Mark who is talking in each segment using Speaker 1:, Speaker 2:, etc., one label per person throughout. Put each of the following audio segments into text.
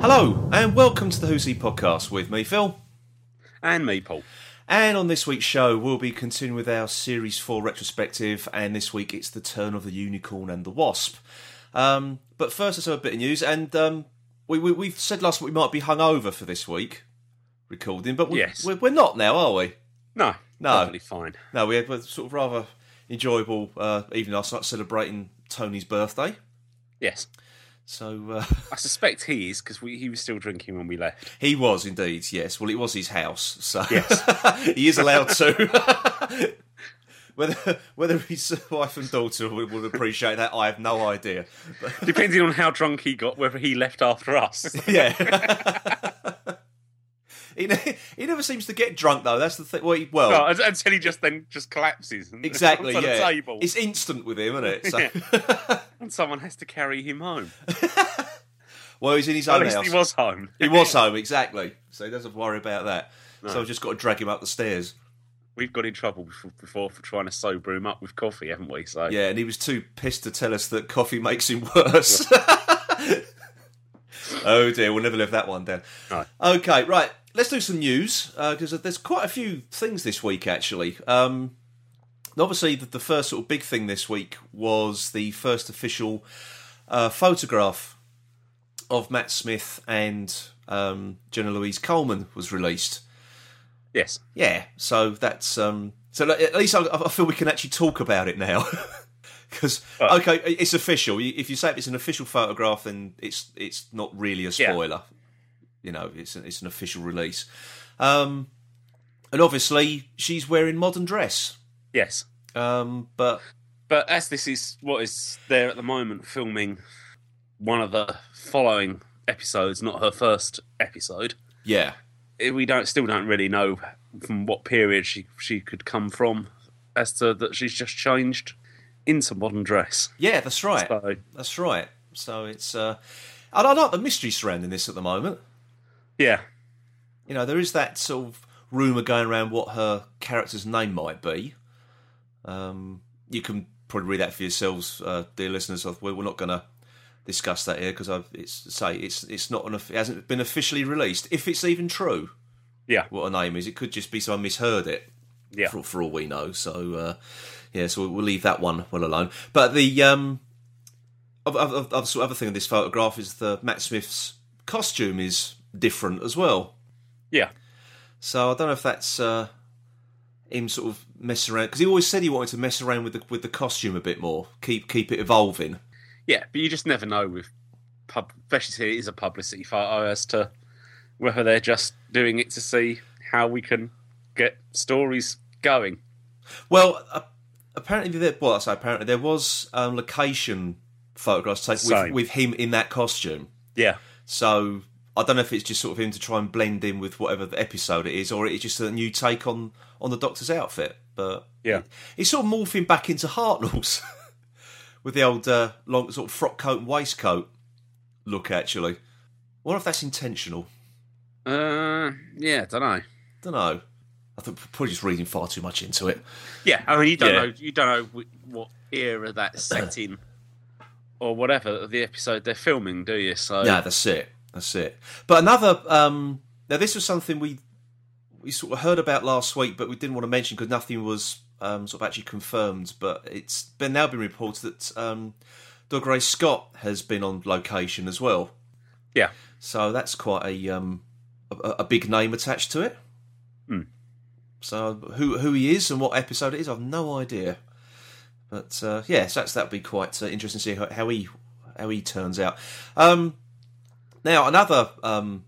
Speaker 1: Hello, and welcome to the Who's He podcast with me, Phil.
Speaker 2: and me, Paul.
Speaker 1: And on this week's show, we'll be continuing with our Series 4 retrospective, and this week it's the turn of the unicorn and the wasp. Um, but first, let's have a bit of news, and um, we, we, we've said last week we might be hungover for this week recording, but we,
Speaker 2: Yes.
Speaker 1: we're, we're not now, are we?
Speaker 2: No,
Speaker 1: No.
Speaker 2: perfectly fine.
Speaker 1: No, we had a sort of rather enjoyable uh, evening last night celebrating Tony's birthday.
Speaker 2: Yes,
Speaker 1: So uh,
Speaker 2: I suspect he is because he was still drinking when we left.
Speaker 1: he was indeed, yes. Well, it was his house, so
Speaker 2: Yes.
Speaker 1: he is allowed to. whether whether his wife and daughter would, would appreciate that, I have no idea. But,
Speaker 2: Depending on how drunk he got, whether he left after us.
Speaker 1: yeah. he, ne- he never seems to get drunk though. That's the thing. Well, he- well
Speaker 2: No, un- until he just then just collapses. And
Speaker 1: exactly.
Speaker 2: on
Speaker 1: yeah,
Speaker 2: the table,
Speaker 1: it's instant with him, isn't it? So,
Speaker 2: and someone has to carry him home.
Speaker 1: well, he's in his
Speaker 2: At
Speaker 1: own
Speaker 2: least
Speaker 1: house.
Speaker 2: he was home.
Speaker 1: He was home, exactly. So he doesn't worry about that. So I've just got to drag him up the stairs.
Speaker 2: We've got in trouble before, before for trying to sober him up with coffee, haven't we? So
Speaker 1: Yeah, and he was too pissed to tell us that coffee makes him worse. oh dear, we'll never live that one down.
Speaker 2: No.
Speaker 1: Okay, right. Let's do some news because there's quite a few things this week actually. Um, and obviously, the, the first sort of big thing this week was the first official uh, photograph of Matt Smith and um, Jenna Louise Coleman was released.
Speaker 2: yes,
Speaker 1: Yeah, so that's um. So like, at least I, I feel we can actually talk about it now, because
Speaker 2: Right.
Speaker 1: okay, it's official. You- If you say it's an official photograph, then it's it's not really a
Speaker 2: Yeah.
Speaker 1: spoiler. You know, it's an, it's an official release, um, and obviously she's wearing modern dress.
Speaker 2: yes.
Speaker 1: Um, but
Speaker 2: But as this is what is there at the moment, filming one of the following episodes, not her first episode.
Speaker 1: yeah,
Speaker 2: it- eh, we don't still don't really know from what period she she could come from as to that she's just changed into modern dress.
Speaker 1: yeah, that's right,
Speaker 2: So
Speaker 1: that's right. So it's uh, and I like the mystery surrounding this at the moment.
Speaker 2: yeah,
Speaker 1: you know, there is that sort of rumor going around what her character's name might be. Um, you can probably read that for yourselves, uh, dear listeners. I- We're we're not going to discuss that here because it's say it's it's not an, it hasn't been officially released. If it's even true,
Speaker 2: yeah,
Speaker 1: what her name is, it could just be someone misheard it
Speaker 2: yeah.
Speaker 1: for, for all we know. So uh, yeah, so we'll leave that one well alone. But the um, other, other, other sort of other thing in this photograph is the Matt Smith's costume is different as well.
Speaker 2: yeah.
Speaker 1: So I don't know if that's uh, him sort of messing around because he always said he wanted to mess around with the with the costume a bit more, keep keep it evolving.
Speaker 2: Yeah, but you just never know with pub, especially since it is a publicity photo, as to whether they're just doing it to see how we can get stories going.
Speaker 1: Well, uh, apparently there. Well, I say apparently there was um, location photographs taken with,
Speaker 2: Same.
Speaker 1: with him in that costume.
Speaker 2: Yeah,
Speaker 1: So I don't know if it's just sort of him to try and blend in with whatever the episode it is, or it's just a new take on on the Doctor's outfit. But
Speaker 2: yeah,
Speaker 1: He's sort of morphing back into Hartnell's with the old uh, long sort of frock coat and waistcoat look. Actually, wonder if that's intentional.
Speaker 2: uh, yeah. Don't know.
Speaker 1: Don't know. I think we're probably just reading far too much into it.
Speaker 2: Yeah, I mean, you don't
Speaker 1: Yeah.
Speaker 2: know, you don't know wh- what era that's set in, or whatever the episode they're filming, do you? So
Speaker 1: Yeah, that's it. That's it. But another. Um, now, this was something we we sort of heard about last week, but we didn't want to mention because nothing was um, sort of actually confirmed. But it's been now been reported that um, Doug Ray Scott has been on location as well.
Speaker 2: yeah,
Speaker 1: So that's quite a um, a, a big name attached to it.
Speaker 2: Hmm.
Speaker 1: So who who he is and what episode it is, I've no idea. But uh, yeah, so that's that'd be quite uh, interesting to see how, how he how he turns out. Um, now another um,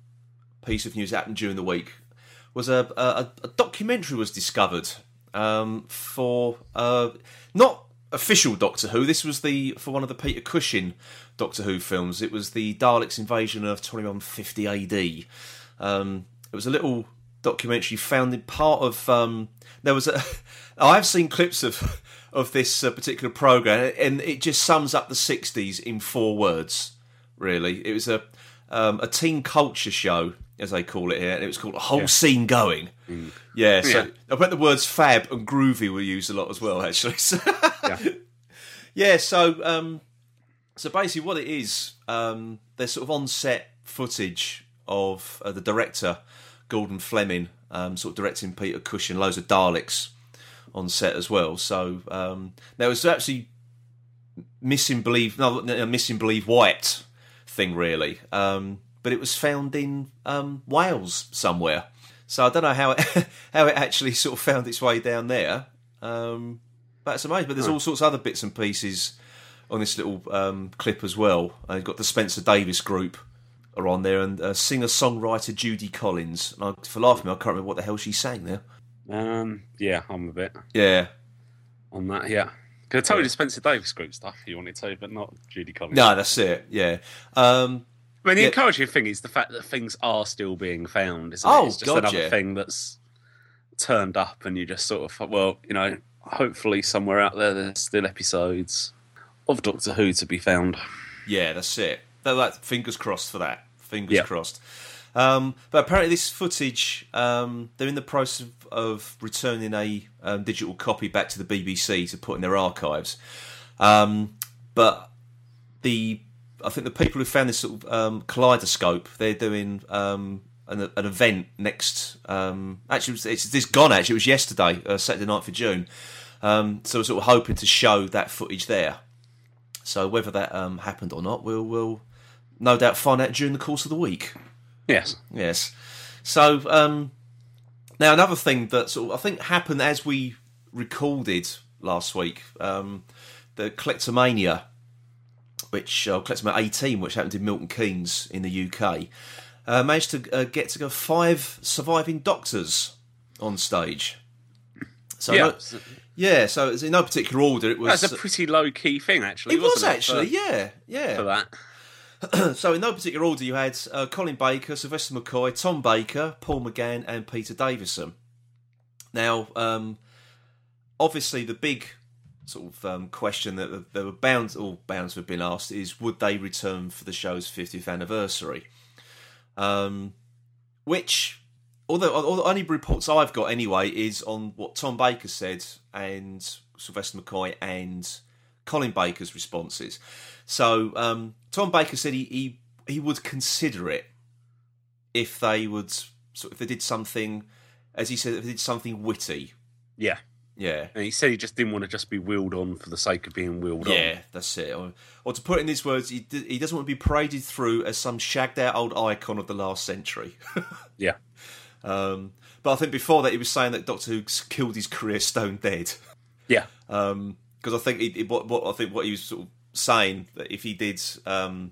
Speaker 1: piece of news that happened during the week was a a, a documentary was discovered um, for uh, not official Doctor Who. This was the for one of the Peter Cushing Doctor Who films. It was the Daleks' invasion of 2150 AD. Um, it was a little documentary found in part of. Um, there was a. I've seen clips of of this uh, particular program, and it just sums up the 60s in four words. Really, it was a um, a teen culture show, as they call it here, and it was called a whole scene going. Mm. Yeah, so I bet the words fab and groovy were used a lot as well, actually. So, yeah. so um, so basically, what it is, um, there's sort of on set footage of uh, the director Gordon Fleming, um, sort of directing Peter Cushing, loads of Daleks on set as well. So um, there was actually missing believe no no, missing believe white thing really um but it was found in um wales somewhere so i don't know how it how it actually sort of found its way down there um but it's amazing but there's all sorts of other bits and pieces on this little um clip as well uh, you've got the spencer davis group are on there and uh, singer songwriter judy collins and I, for laughing i can't remember what the hell she sang there
Speaker 2: Um, yeah, I'm a bit
Speaker 1: yeah
Speaker 2: on that. Yeah, could have told you Spencer Davis group stuff if you wanted to, but not Judy Collins.
Speaker 1: no that's it yeah um
Speaker 2: I mean the
Speaker 1: yeah.
Speaker 2: encouraging thing is the fact that things are still being found. Isn't
Speaker 1: Oh,
Speaker 2: it? it's just
Speaker 1: God,
Speaker 2: another
Speaker 1: yeah.
Speaker 2: thing that's turned up, and you just sort of well, you know, hopefully somewhere out there there's still episodes of Doctor Who to be found.
Speaker 1: Yeah, that's it. That, that- fingers crossed for that. Fingers
Speaker 2: Yeah.
Speaker 1: crossed. Um, but apparently, this footage um, they're in the process of, of returning a um, digital copy back to the BBC to put in their archives. Um, but the I think the people who found this sort of um, kaleidoscope they're doing um, an, an event next. Um, actually, it's, it's this gone. Actually, it was yesterday, uh, Saturday 9th of June. Um, so we're sort of hoping to show that footage there. So whether that um, happened or not, we'll we'll no doubt find out during the course of the week.
Speaker 2: Yes,
Speaker 1: Yes. So um, now another thing that sort of I think happened as we recorded last week, um, the Collectomania, which uh, Collectomania 18, which happened in Milton Keynes in the UK, uh, managed to uh, get together five surviving doctors on stage. So
Speaker 2: yeah,
Speaker 1: no- yeah. So it's in no particular order. It was.
Speaker 2: that's a pretty low key thing actually.
Speaker 1: uh, it was
Speaker 2: wasn't
Speaker 1: actually, yeah, yeah.
Speaker 2: for, for that.
Speaker 1: So, in no particular order, you had uh, Colin Baker, Sylvester McCoy, Tom Baker, Paul McGann, and Peter Davison. Now, um, obviously, the big sort of um, question that there were bound, all bounds have been asked is would they return for the show's 50th anniversary? Um, which, although, although only reports I've got anyway, is on what Tom Baker said and Sylvester McCoy and Colin Baker's responses. So um, Tom Baker said he, he he would consider it if they would so if they did something, as he said, if they did something witty.
Speaker 2: Yeah,
Speaker 1: Yeah,
Speaker 2: and he said he just didn't want to just be wheeled on for the sake of being wheeled on.
Speaker 1: yeah, that's it. Or, or to put it in these words, he d- he doesn't want to be paraded through as some shagged out old icon of the last century.
Speaker 2: Yeah,
Speaker 1: um, but I think before that, he was saying that Doctor Who killed his career stone dead.
Speaker 2: yeah,
Speaker 1: because Um, I think he, what, what I think what he was sort of saying that if he did, um,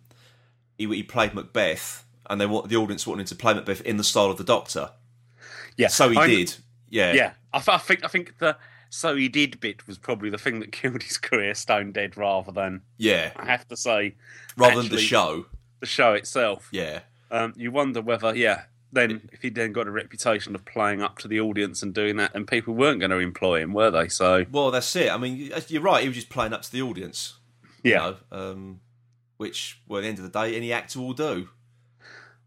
Speaker 1: he, he played Macbeth, and they want the audience wanted him to play Macbeth in the style of the Doctor,
Speaker 2: yeah.
Speaker 1: so he
Speaker 2: I-
Speaker 1: did. Yeah,
Speaker 2: Yeah, I, th- I think I think the so he did bit was probably the thing that killed his career stone dead, rather than
Speaker 1: yeah.
Speaker 2: I have to say,
Speaker 1: Rather than the
Speaker 2: actually,
Speaker 1: show,
Speaker 2: the show itself.
Speaker 1: yeah,
Speaker 2: Um, you wonder whether yeah,
Speaker 1: Mm.
Speaker 2: then if he then got a reputation of playing up to the audience and doing that, then people weren't going to employ him, were they? So
Speaker 1: well, that's it. I mean, you're right. He was just playing up to the audience,
Speaker 2: yeah,
Speaker 1: you know, um, which, well, at the end of the day, any actor will do.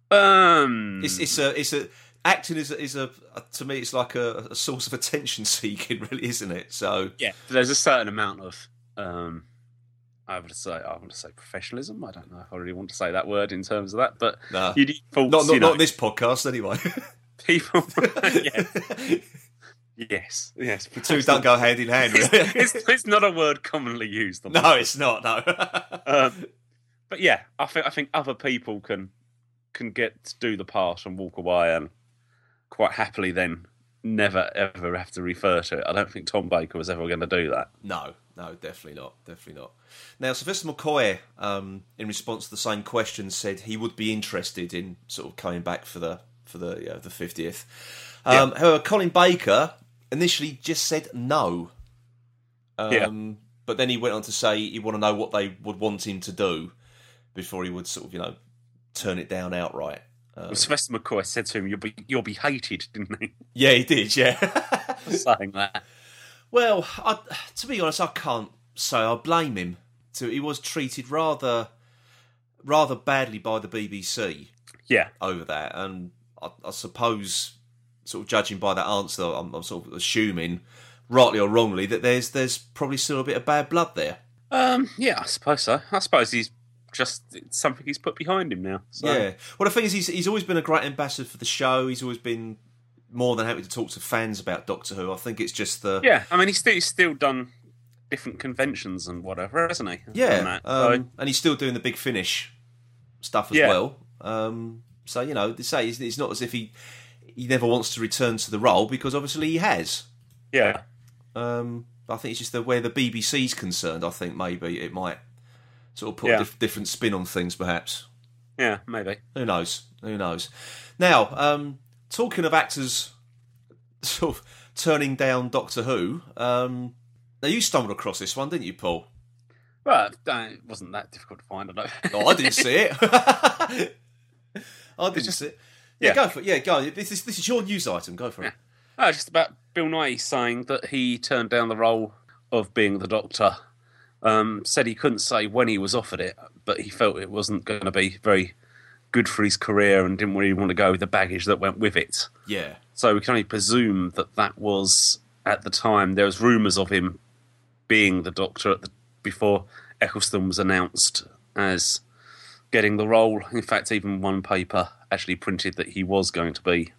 Speaker 2: um,
Speaker 1: It's it's a it's a acting is a, is a uh, to me it's like a, a source of attention seeking, really, isn't it? So
Speaker 2: yeah, there's a certain amount of um, I would say I want to say professionalism. I don't know if I really want to say that word in terms of that, but
Speaker 1: Nah.
Speaker 2: you need faults,
Speaker 1: not not,
Speaker 2: you know,
Speaker 1: not this podcast anyway.
Speaker 2: people. yeah, yes, yes,
Speaker 1: The two don't go hand in hand, really.
Speaker 2: it's, it's not a word commonly used. on
Speaker 1: no, it's not. No.
Speaker 2: Um, but yeah, I think I think other people can can get to do the part and walk away and quite happily then never ever have to refer to it. I don't think Tom Baker was ever going to do that.
Speaker 1: no, no, definitely not. Definitely not. Now, Sylvester McCoy, um, in response to the same question, said he would be interested in sort of coming back for the for the yeah, the fiftieth. Um, However, Colin Baker initially just said no. Um,
Speaker 2: Yeah.
Speaker 1: But then he went on to say he want to know what they would want him to do before he would sort of you know turn it down outright.
Speaker 2: Well, Sylvester McCoy said to him, "You'll be you'll be hated," didn't he?
Speaker 1: Yeah, he did. Yeah.
Speaker 2: Saying that.
Speaker 1: Well, I, to be honest, I can't say I blame him. So he was treated rather rather badly by the BBC
Speaker 2: Yeah,
Speaker 1: over that, and I, I suppose, sort of judging by that answer, I'm, I'm sort of assuming, rightly or wrongly, that there's there's probably still a bit of bad blood there.
Speaker 2: um, yeah, I suppose so. I suppose he's just it's something he's put behind him now. So.
Speaker 1: Yeah. Well, the thing is, he's he's always been a great ambassador for the show. He's always been more than happy to talk to fans about Doctor Who. I think it's just the
Speaker 2: Yeah, I mean, he's still, he's still done different conventions and whatever, hasn't he?
Speaker 1: Yeah,
Speaker 2: And that, so-
Speaker 1: um, and he's still doing the big finish stuff as
Speaker 2: Yeah.
Speaker 1: well. Um, so you know, they say it's, it's not as if he he never wants to return to the role because obviously he has.
Speaker 2: yeah,
Speaker 1: Um, I think it's just the where the BBC's concerned. I think maybe it might sort of put
Speaker 2: Yeah.
Speaker 1: a dif- different spin on things, perhaps.
Speaker 2: yeah, maybe.
Speaker 1: Who knows? Who knows? Now, um, talking of actors sort of turning down Doctor Who, um, now you stumbled across this one, didn't you, Paul?
Speaker 2: Well, uh, it wasn't that difficult to find. I don't.
Speaker 1: Oh, I didn't see it. I didn't see it. Yeah,
Speaker 2: yeah.
Speaker 1: go for it. Yeah, go. This is this is your news item. Go for it.
Speaker 2: Oh, just about Bill Nye saying that he turned down the role of being the Doctor. Um, said he couldn't say when he was offered it, but he felt it wasn't going to be very good for his career and didn't really want to go with the baggage that went with it.
Speaker 1: Yeah,
Speaker 2: So we can only presume that that was at the time. There was rumours of him being the Doctor at the, before Eccleston was announced as getting the role. In fact, even one paper actually printed that he was going to be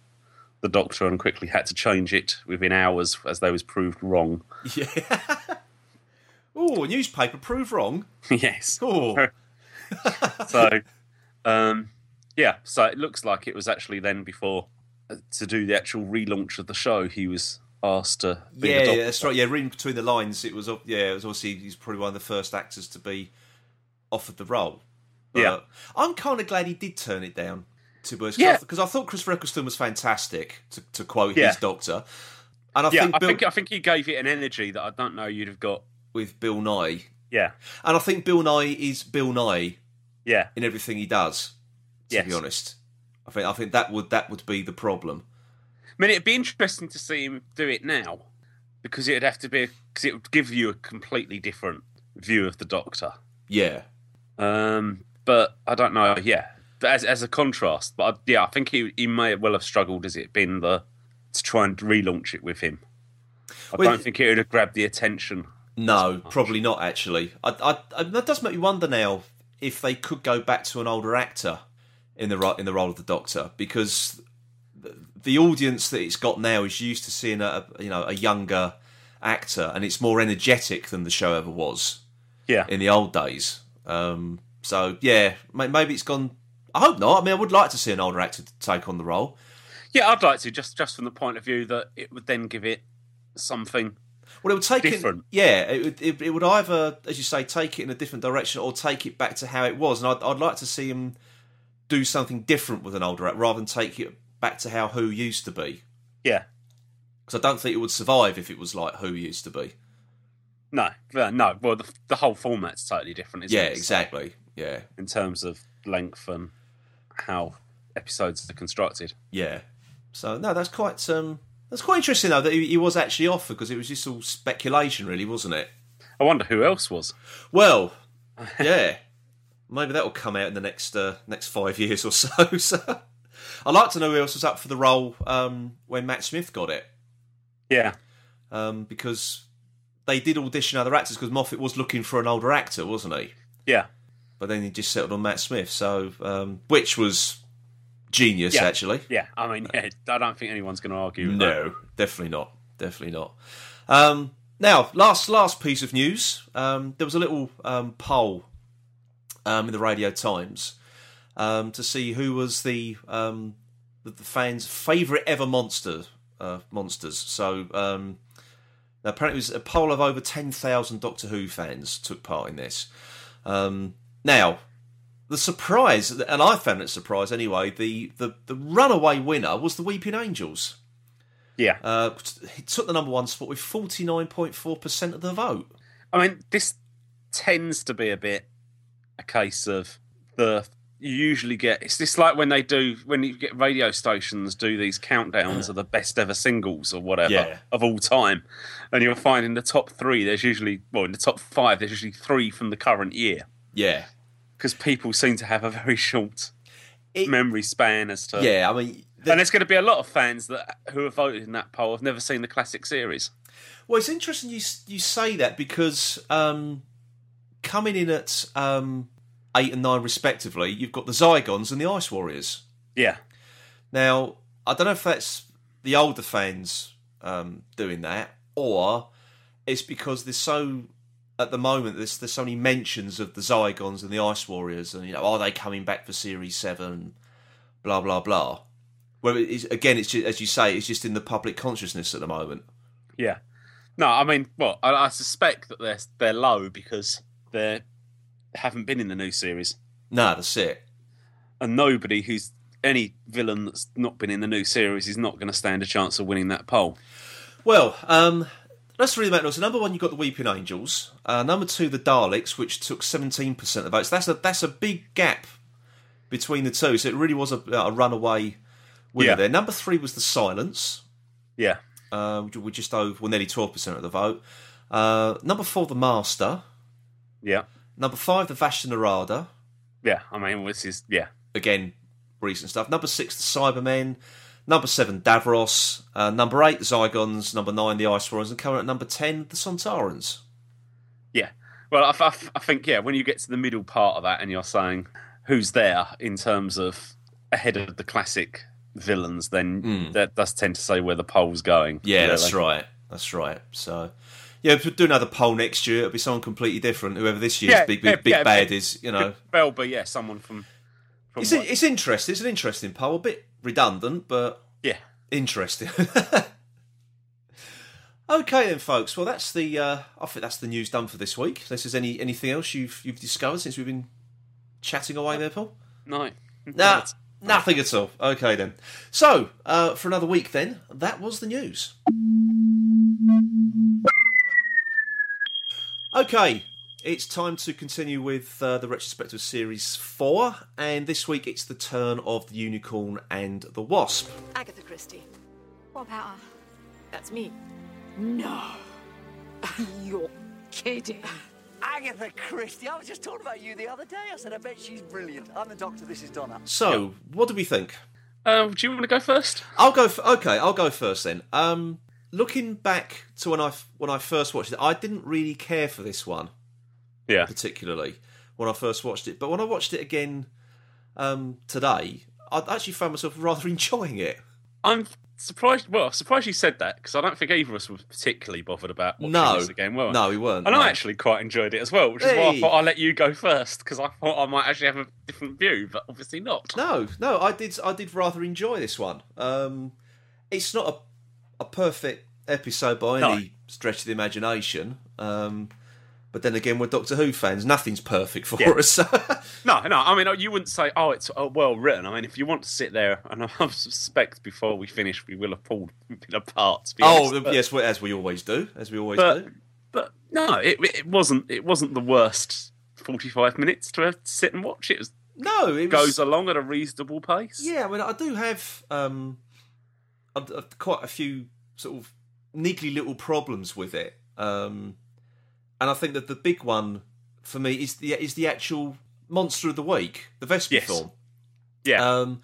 Speaker 2: the Doctor and quickly had to change it within hours as they was proved wrong.
Speaker 1: yeah. oh, newspaper prove wrong.
Speaker 2: yes.
Speaker 1: Oh,
Speaker 2: so um, yeah so it looks like it was actually then before uh, to do the actual relaunch of the show he was asked to be
Speaker 1: yeah,
Speaker 2: the
Speaker 1: yeah,
Speaker 2: doctor
Speaker 1: that's right. Yeah, reading between the lines, it was. ob- Yeah, it was obviously he's probably one of the first actors to be offered the role.
Speaker 2: Yeah.
Speaker 1: I'm kind of glad he did turn it down. To because
Speaker 2: Yeah.
Speaker 1: because I thought Christopher Eccleston was fantastic. To, to quote
Speaker 2: Yeah.
Speaker 1: his doctor, and I
Speaker 2: yeah
Speaker 1: think,
Speaker 2: I,
Speaker 1: Bill,
Speaker 2: think, uh I think he gave it an energy that i don't know you'd have got
Speaker 1: with Bill Nye,
Speaker 2: yeah
Speaker 1: and I think Bill Nye is Bill Nye.
Speaker 2: yeah
Speaker 1: in everything he does. To
Speaker 2: Yes.
Speaker 1: be honest, I think I think that would that would be the problem.
Speaker 2: i mean it'd be interesting to see him do it now because it'd have to be because it would give you a completely different view of the doctor
Speaker 1: Yeah,
Speaker 2: Um, but I don't know. Yeah, But as as a contrast, but I, yeah, I think he he may well have struggled. Has it been the to try and relaunch it with him? I
Speaker 1: Well,
Speaker 2: don't think it would have grabbed the attention.
Speaker 1: no, probably not. Actually, I, I, I, that does make me wonder now if they could go back to an older actor in the ro- in the role of the Doctor because the, the audience that it's got now is used to seeing a, a you know a younger actor and it's more energetic than the show ever was.
Speaker 2: Yeah,
Speaker 1: in the old days. Um, so yeah, may- maybe it's gone. I hope not. I mean, I would like to see an older actor to take on the role.
Speaker 2: yeah, I'd like to just just from the point of view that it would then give it something.
Speaker 1: Well, it would take
Speaker 2: Different.
Speaker 1: It, yeah, it would, it, it would either, as you say, take it in a different direction or take it back to how it was. And I'd, I'd like to see him do something different with an older actor rather than take it back to how Who used to be.
Speaker 2: Yeah,
Speaker 1: Because I don't think it would survive if it was like Who used to be.
Speaker 2: no, uh, no. Well, the the whole format's totally different. Isn't
Speaker 1: Yeah,
Speaker 2: it?
Speaker 1: exactly. Yeah,
Speaker 2: In terms of length and how episodes are constructed.
Speaker 1: yeah. So no, that's quite um, that's quite interesting though that he, he was actually offered because it was just all speculation, really, wasn't it?
Speaker 2: I wonder who else was.
Speaker 1: Well, yeah, maybe that will come out in the next uh, next five years or so. so I'd like to know who else was up for the role um, when Matt Smith got it,
Speaker 2: Yeah,
Speaker 1: um, because they did audition other actors because Moffat was looking for an older actor, wasn't he?
Speaker 2: yeah,
Speaker 1: But then he just settled on Matt Smith, so um, which was genius
Speaker 2: Yeah.
Speaker 1: actually.
Speaker 2: yeah. I mean, yeah. I don't think anyone's going to argue. with that.
Speaker 1: No, definitely not. Definitely not. Um, now, last last piece of news. Um, there was a little um, poll um, in the Radio Times um, to see who was the um, the, the fans' favourite ever monster uh, monsters. So um, apparently, it was a poll of over ten thousand Doctor Who fans took part in this. Um, now, the surprise, and I found it a surprise anyway. The, the the runaway winner was the Weeping Angels.
Speaker 2: Yeah.
Speaker 1: Uh, he took the number one spot with 49.4% of the vote.
Speaker 2: I mean, this tends to be a bit a case of the you usually get it's just like when they do when you get radio stations do these countdowns of the best ever singles or whatever
Speaker 1: Yeah.
Speaker 2: of all time and you'll find in the top three there's usually well in the top five there's usually three from the current year
Speaker 1: Yeah.
Speaker 2: because people seem to have a very short
Speaker 1: It-
Speaker 2: memory span as to.
Speaker 1: yeah, I mean, the-
Speaker 2: And there's going to be a lot of fans that who have voted in that poll have never seen the classic series.
Speaker 1: Well, it's interesting you you say that because um, coming in at um, eight and nine respectively, you've got the Zygons and the Ice Warriors.
Speaker 2: Yeah,
Speaker 1: Now, I don't know if that's the older fans um, doing that, or it's because there's so at the moment there's there's so many mentions of the Zygons and the Ice Warriors, and you know, are they coming back for Series Seven? Blah blah blah. Where it is, again, it's just, as you say, it's just in the public consciousness at the moment.
Speaker 2: yeah. No, I mean, well, I, I suspect that they're they're low because they haven't been in the new series,
Speaker 1: No, that's it.
Speaker 2: and nobody who's any villain that's not been in the new series is not going to stand a chance of winning that poll.
Speaker 1: Well, um, that's really matters. So number one, you've got the Weeping Angels. Uh, number two, the Daleks, which took seventeen percent of votes. That's a that's a big gap between the two. So it really was a, a runaway winner
Speaker 2: Yeah.
Speaker 1: there. Number three was the Silence,
Speaker 2: Yeah,
Speaker 1: uh, which were just over well, nearly twelve percent of the vote. Uh, number four, the Master.
Speaker 2: yeah,
Speaker 1: Number five, the Vashnarada.
Speaker 2: yeah. I mean, this is yeah,
Speaker 1: Again, recent stuff. Number six, the Cybermen. Number seven, Davros. Uh, number eight, the Zygons. Number nine, the Ice Warriors. And current at number ten, the Sontarans.
Speaker 2: Yeah. Well, I, th- I, th- I think, yeah, when you get to the middle part of that and you're saying who's there in terms of ahead of the classic villains, then that does tend to say where the poll's going.
Speaker 1: Hmm. Yeah, that's
Speaker 2: really.
Speaker 1: right. That's right. So, yeah, if we do another poll next year, it'll be someone completely different. Whoever this year's
Speaker 2: Yeah,
Speaker 1: big,
Speaker 2: yeah,
Speaker 1: big, big
Speaker 2: yeah,
Speaker 1: bad
Speaker 2: yeah.
Speaker 1: is, you know.
Speaker 2: Could well be, yeah, someone from. from
Speaker 1: It's,
Speaker 2: what-
Speaker 1: it's interesting. It's an interesting poll. A bit redundant, but
Speaker 2: yeah.
Speaker 1: interesting. okay, then, folks. Well, that's the. Uh, I think that's the news done for this week. Unless there's any anything else you've you've discovered since we've been chatting away there, Paul.
Speaker 2: No.
Speaker 1: Nah, nothing at all. Okay then. So uh, for another week, then that was the news. Okay, it's time to continue with uh, the retrospective series four, and this week it's the turn of the unicorn and the wasp.
Speaker 3: Agatha Christie. Bob Howe. That's me. No. You're kidding.
Speaker 4: Agatha Christie. I was just talking about you the other day. I said, I bet she's brilliant. I'm the doctor. This is Donna.
Speaker 1: So, what do we think?
Speaker 2: Uh, do you want to go first?
Speaker 1: I'll go. F- okay, I'll go first then. Um, looking back to when I f- when I first watched it, I didn't really care for this one.
Speaker 2: Yeah.
Speaker 1: particularly when I first watched it. But when I watched it again um, today, I actually found myself rather enjoying it.
Speaker 2: I'm surprised. Well, I'm surprised you said that because I don't think either of us were particularly bothered about watching
Speaker 1: no,
Speaker 2: this again, were we?
Speaker 1: no, we weren't.
Speaker 2: And
Speaker 1: no.
Speaker 2: I Oh, actually quite enjoyed it as well, which is why
Speaker 1: Hey.
Speaker 2: I thought I'd let you go first because I thought I might actually have a different view, but obviously not.
Speaker 1: no, no, I did. I did rather enjoy this one. Um, it's not a, a perfect episode by
Speaker 2: No.
Speaker 1: any stretch of the imagination. Um, but then again, we're Doctor Who fans. Nothing's perfect for us. so-
Speaker 2: No, no. I mean, you wouldn't say, "Oh, it's uh, well written." I mean, if you want to sit there, and I suspect before we finish, we will have pulled it apart. To be
Speaker 1: oh,
Speaker 2: honest, but,
Speaker 1: yes, well, as we always do, as we always
Speaker 2: But,
Speaker 1: do.
Speaker 2: but no, it, it wasn't. It wasn't the worst forty-five minutes to have to sit and watch. It was,
Speaker 1: No, it was,
Speaker 2: goes along at a reasonable pace.
Speaker 1: Yeah, I mean, I do have um, a, a- quite a few sort of niggly little problems with it, um, and I think that the big one for me is the is the actual monster of the week, the Vespa
Speaker 2: Yes.
Speaker 1: film.
Speaker 2: yeah,
Speaker 1: Um,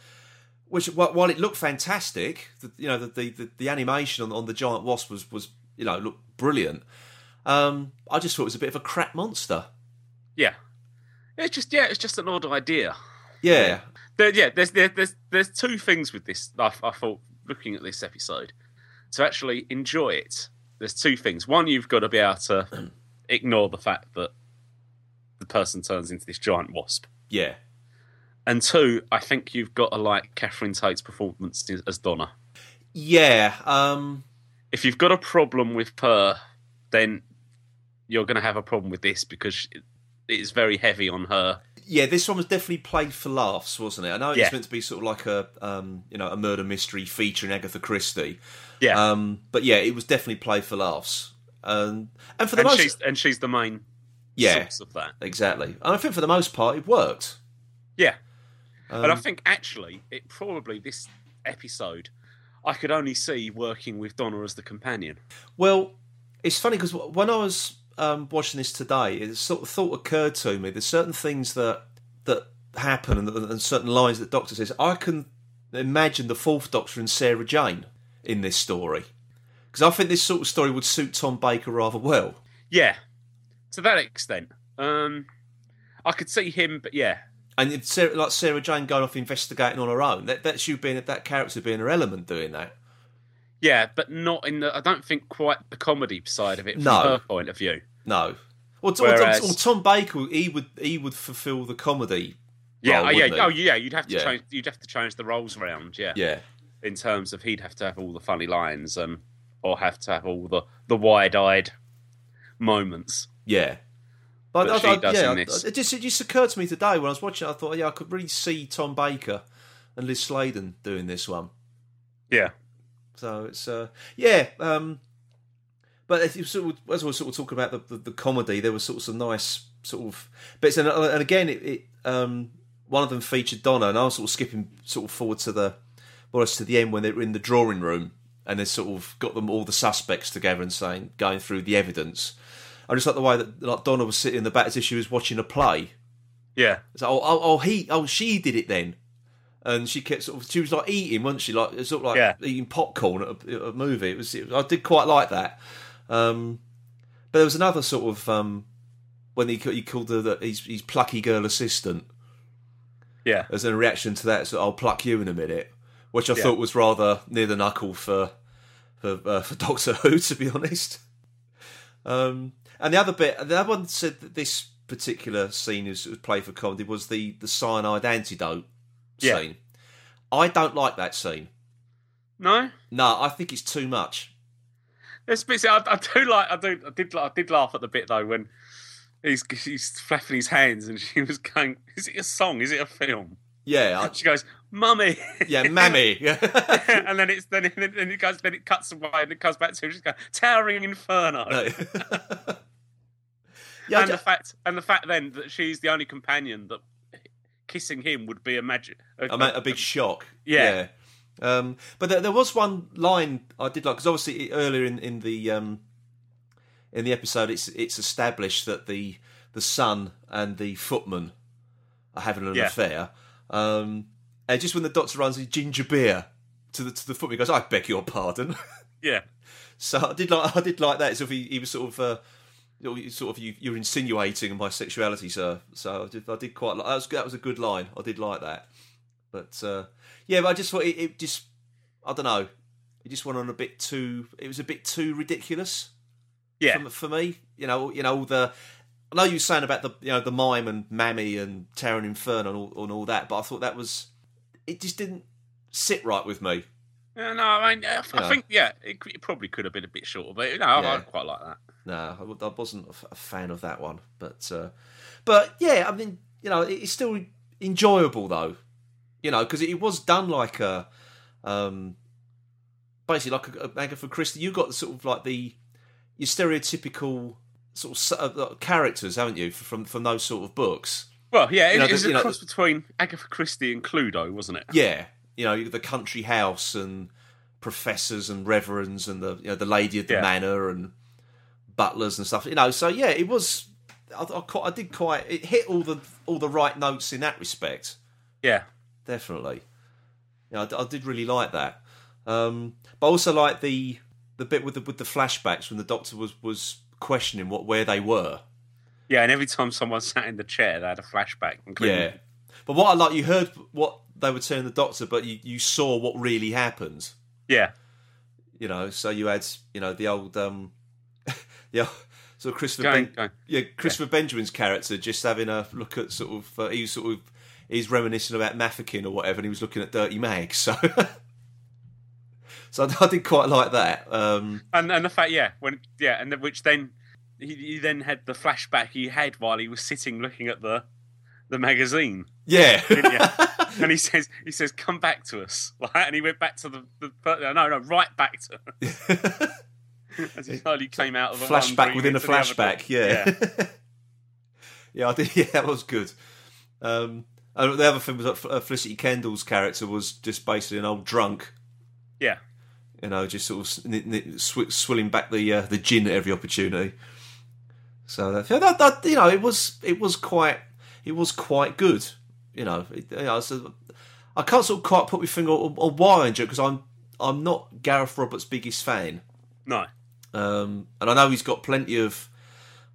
Speaker 1: which wh- while it looked fantastic, the, you know the, the, the, the animation on, on the giant wasp was was you know looked brilliant. Um, I just thought it was a bit of a crap monster.
Speaker 2: yeah. It's just yeah, it's just an odd idea.
Speaker 1: Yeah,
Speaker 2: There, yeah, there's there, there's there's two things with this. I, I thought looking at this episode to actually enjoy it. There's two things. One, you've got to be able to ignore the fact that the person turns into this giant wasp,
Speaker 1: yeah.
Speaker 2: and two, I think you've got to like Catherine Tate's performance as- as Donna.
Speaker 1: Yeah, um,
Speaker 2: If you've got a problem with her, then you're going to have a problem with this because it it is very heavy on her.
Speaker 1: Yeah, this one was definitely played for laughs, wasn't it? I know it's
Speaker 2: Yeah.
Speaker 1: meant to be sort of like a um, you know a murder mystery featuring Agatha Christie,
Speaker 2: Yeah,
Speaker 1: um, but yeah, it was definitely played for laughs, um, and for the
Speaker 2: and
Speaker 1: most
Speaker 2: she's and she's the main
Speaker 1: yeah
Speaker 2: source of that.
Speaker 1: exactly, and I think for the most part it worked.
Speaker 2: Yeah.
Speaker 1: Um,
Speaker 2: and I think actually, it probably this episode, I could only see working with Donna as the companion.
Speaker 1: Well, it's funny because when I was um, watching this today, it sort of thought occurred to me. There's certain things that that happen and, and certain lines that Doctor says, I can imagine the Fourth Doctor and Sarah Jane in this story because I think this sort of story would suit Tom Baker rather well.
Speaker 2: Yeah, to that extent. Um, I could see him, but yeah,
Speaker 1: And if Sarah, like Sarah Jane going off investigating on her own, that that's you being that character being her element doing that.
Speaker 2: yeah, but not in the. I don't think quite the comedy side of it from
Speaker 1: No.
Speaker 2: her point of view.
Speaker 1: No, or, or-
Speaker 2: Whereas-
Speaker 1: or, Tom Baker, he would he would fulfil the comedy.
Speaker 2: Yeah,
Speaker 1: role,
Speaker 2: oh, yeah,
Speaker 1: wouldn't he?
Speaker 2: oh yeah. You'd have to
Speaker 1: Yeah.
Speaker 2: change. You'd have to change the roles around. Yeah.
Speaker 1: yeah,
Speaker 2: in terms of he'd have to have all the funny lines and or have to have all the the wide-eyed moments.
Speaker 1: yeah.
Speaker 2: But she does in this.
Speaker 1: it just it just occurred to me today when I was watching. it, I thought, yeah, I could really see Tom Baker and Liz Sladen doing this one.
Speaker 2: Yeah,
Speaker 1: So it's uh, yeah. Um, but if you sort of, as we were sort of talking about the, the, the comedy, there were sort of some nice sort of bits, and, uh, and again, it, it um, one of them featured Donna, and I was sort of skipping sort of forward to the more or less to the end when they were in the drawing room and they sort of got them all the suspects together and saying going through the evidence. I just like the way that like Donna was sitting in the back as if she was watching a play.
Speaker 2: yeah,
Speaker 1: It's like, oh, oh, oh, he, oh, she did it then, and she kept sort of, she was like eating, wasn't she? Like it was sort of like
Speaker 2: Yeah.
Speaker 1: eating popcorn at a, at a movie. It was, it, I did quite like that. Um, but there was another sort of um, when he ca- he called her the, his, his plucky girl assistant
Speaker 2: yeah,
Speaker 1: as a reaction to that. So I'll pluck you in a minute, which I thought was rather near the knuckle for for uh, for Doctor Who, to be honest. Um, and the other bit, the other one said that this particular scene is was played for comedy was the the cyanide antidote
Speaker 2: Yeah.
Speaker 1: scene. I don't like that scene.
Speaker 2: No,
Speaker 1: No, I think it's too much.
Speaker 2: there's bits. I, I do like. I do. I did. like- I did laugh at the bit though when he's he's flapping his hands and she was going, "Is it a song? Is it a film?"
Speaker 1: Yeah, I,
Speaker 2: She goes, "Mummy."
Speaker 1: yeah, mammy. Yeah.
Speaker 2: and then it's then it, then it goes then it cuts away and it comes back to she's going towering inferno.
Speaker 1: No. yeah, I
Speaker 2: and
Speaker 1: ju-
Speaker 2: the fact and the fact then that she's the only companion that kissing him would be a magic
Speaker 1: I meant a big shock.
Speaker 2: Yeah.
Speaker 1: Yeah. Um, but there, there was one line I did like because obviously earlier in in the um, in the episode, it's it's established that the the son and the footman are having an
Speaker 2: Yeah.
Speaker 1: affair. Um, and just when the doctor runs his ginger beer to the to the footman, he goes, "I beg your pardon."
Speaker 2: yeah
Speaker 1: So I did like I did like that. So if he, he was sort of uh, you know, sort of you, you're insinuating my sexuality, sir. So I did, I did quite like that was that was a good line. I did like that. But uh, yeah, but I just thought it, it just I don't know. It just went on a bit too. It was a bit too ridiculous
Speaker 2: yeah
Speaker 1: for, for me. You know, you know all the. I know you were saying about the you know the mime and Mammy and Terran Inferno and all, and all that, but I thought that was it just didn't sit right with me.
Speaker 2: Uh, no I, mean, uh, I
Speaker 1: Yeah.
Speaker 2: think yeah it, c- it probably could have been a bit shorter but no I, I
Speaker 1: Yeah.
Speaker 2: quite like that
Speaker 1: No, I w- I wasn't a f- a fan of that one, but uh, but yeah, I mean, you know, it- it's still enjoyable though, you know, because it it was done like a, um, basically like a, a Agatha Christie. You got sort of like the your stereotypical sort of s- uh, uh, characters, haven't you, from from those sort of books?
Speaker 2: well yeah it,
Speaker 1: You know,
Speaker 2: it was
Speaker 1: the- you
Speaker 2: a
Speaker 1: know,
Speaker 2: cross between Agatha Christie and Cluedo wasn't it
Speaker 1: Yeah, you know, you got the country house and professors and reverends and the you know the lady of the
Speaker 2: Yeah.
Speaker 1: manor and butlers and stuff. You know, so yeah, it was. I, I, quite, I did quite. It hit all the all the right notes in that respect,
Speaker 2: yeah
Speaker 1: definitely. Yeah, I d- I, did really like that. Um, but I also like the the bit with the with the flashbacks when the doctor was was questioning what where they were.
Speaker 2: yeah and every time someone sat in the chair they had a flashback including
Speaker 1: Yeah. But what I like, you heard what they were telling the doctor, but you, you saw what really happened.
Speaker 2: yeah
Speaker 1: you know, so you had, you know, the old, um, yeah, sort of Christopher,
Speaker 2: Go on,
Speaker 1: ben-
Speaker 2: go on.
Speaker 1: yeah, Christopher Benjamin's character just having a look at sort of, uh, he was sort of, he's reminiscing about Mafeking or whatever, and he was looking at Dirty Mag, so, so I did quite like that. Um,
Speaker 2: and and the fact yeah when yeah and the, which then he, he then had the flashback he had while he was sitting looking at the the magazine
Speaker 1: yeah,
Speaker 2: yeah. and he says, he says, come back to us. Like, and he went back to the, the per- no, no, right back to us. As he slowly came out of a one
Speaker 1: flashback
Speaker 2: room
Speaker 1: within a
Speaker 2: into the other
Speaker 1: flashback,
Speaker 2: door.
Speaker 1: yeah. yeah, I did, yeah, that was good. Um, and the other thing was that uh, Felicity Kendall's character was just basically an old drunk.
Speaker 2: yeah,
Speaker 1: you know, just sort of sn- n- sw- swilling back the uh, the gin at every opportunity. So that, that, that you know, it was it was quite. it was quite good. You know, it, you know, so I can't sort of quite put my finger on, on why I enjoy it because I'm I'm not Gareth Roberts' biggest fan.
Speaker 2: No.
Speaker 1: Um, and I know he's got plenty of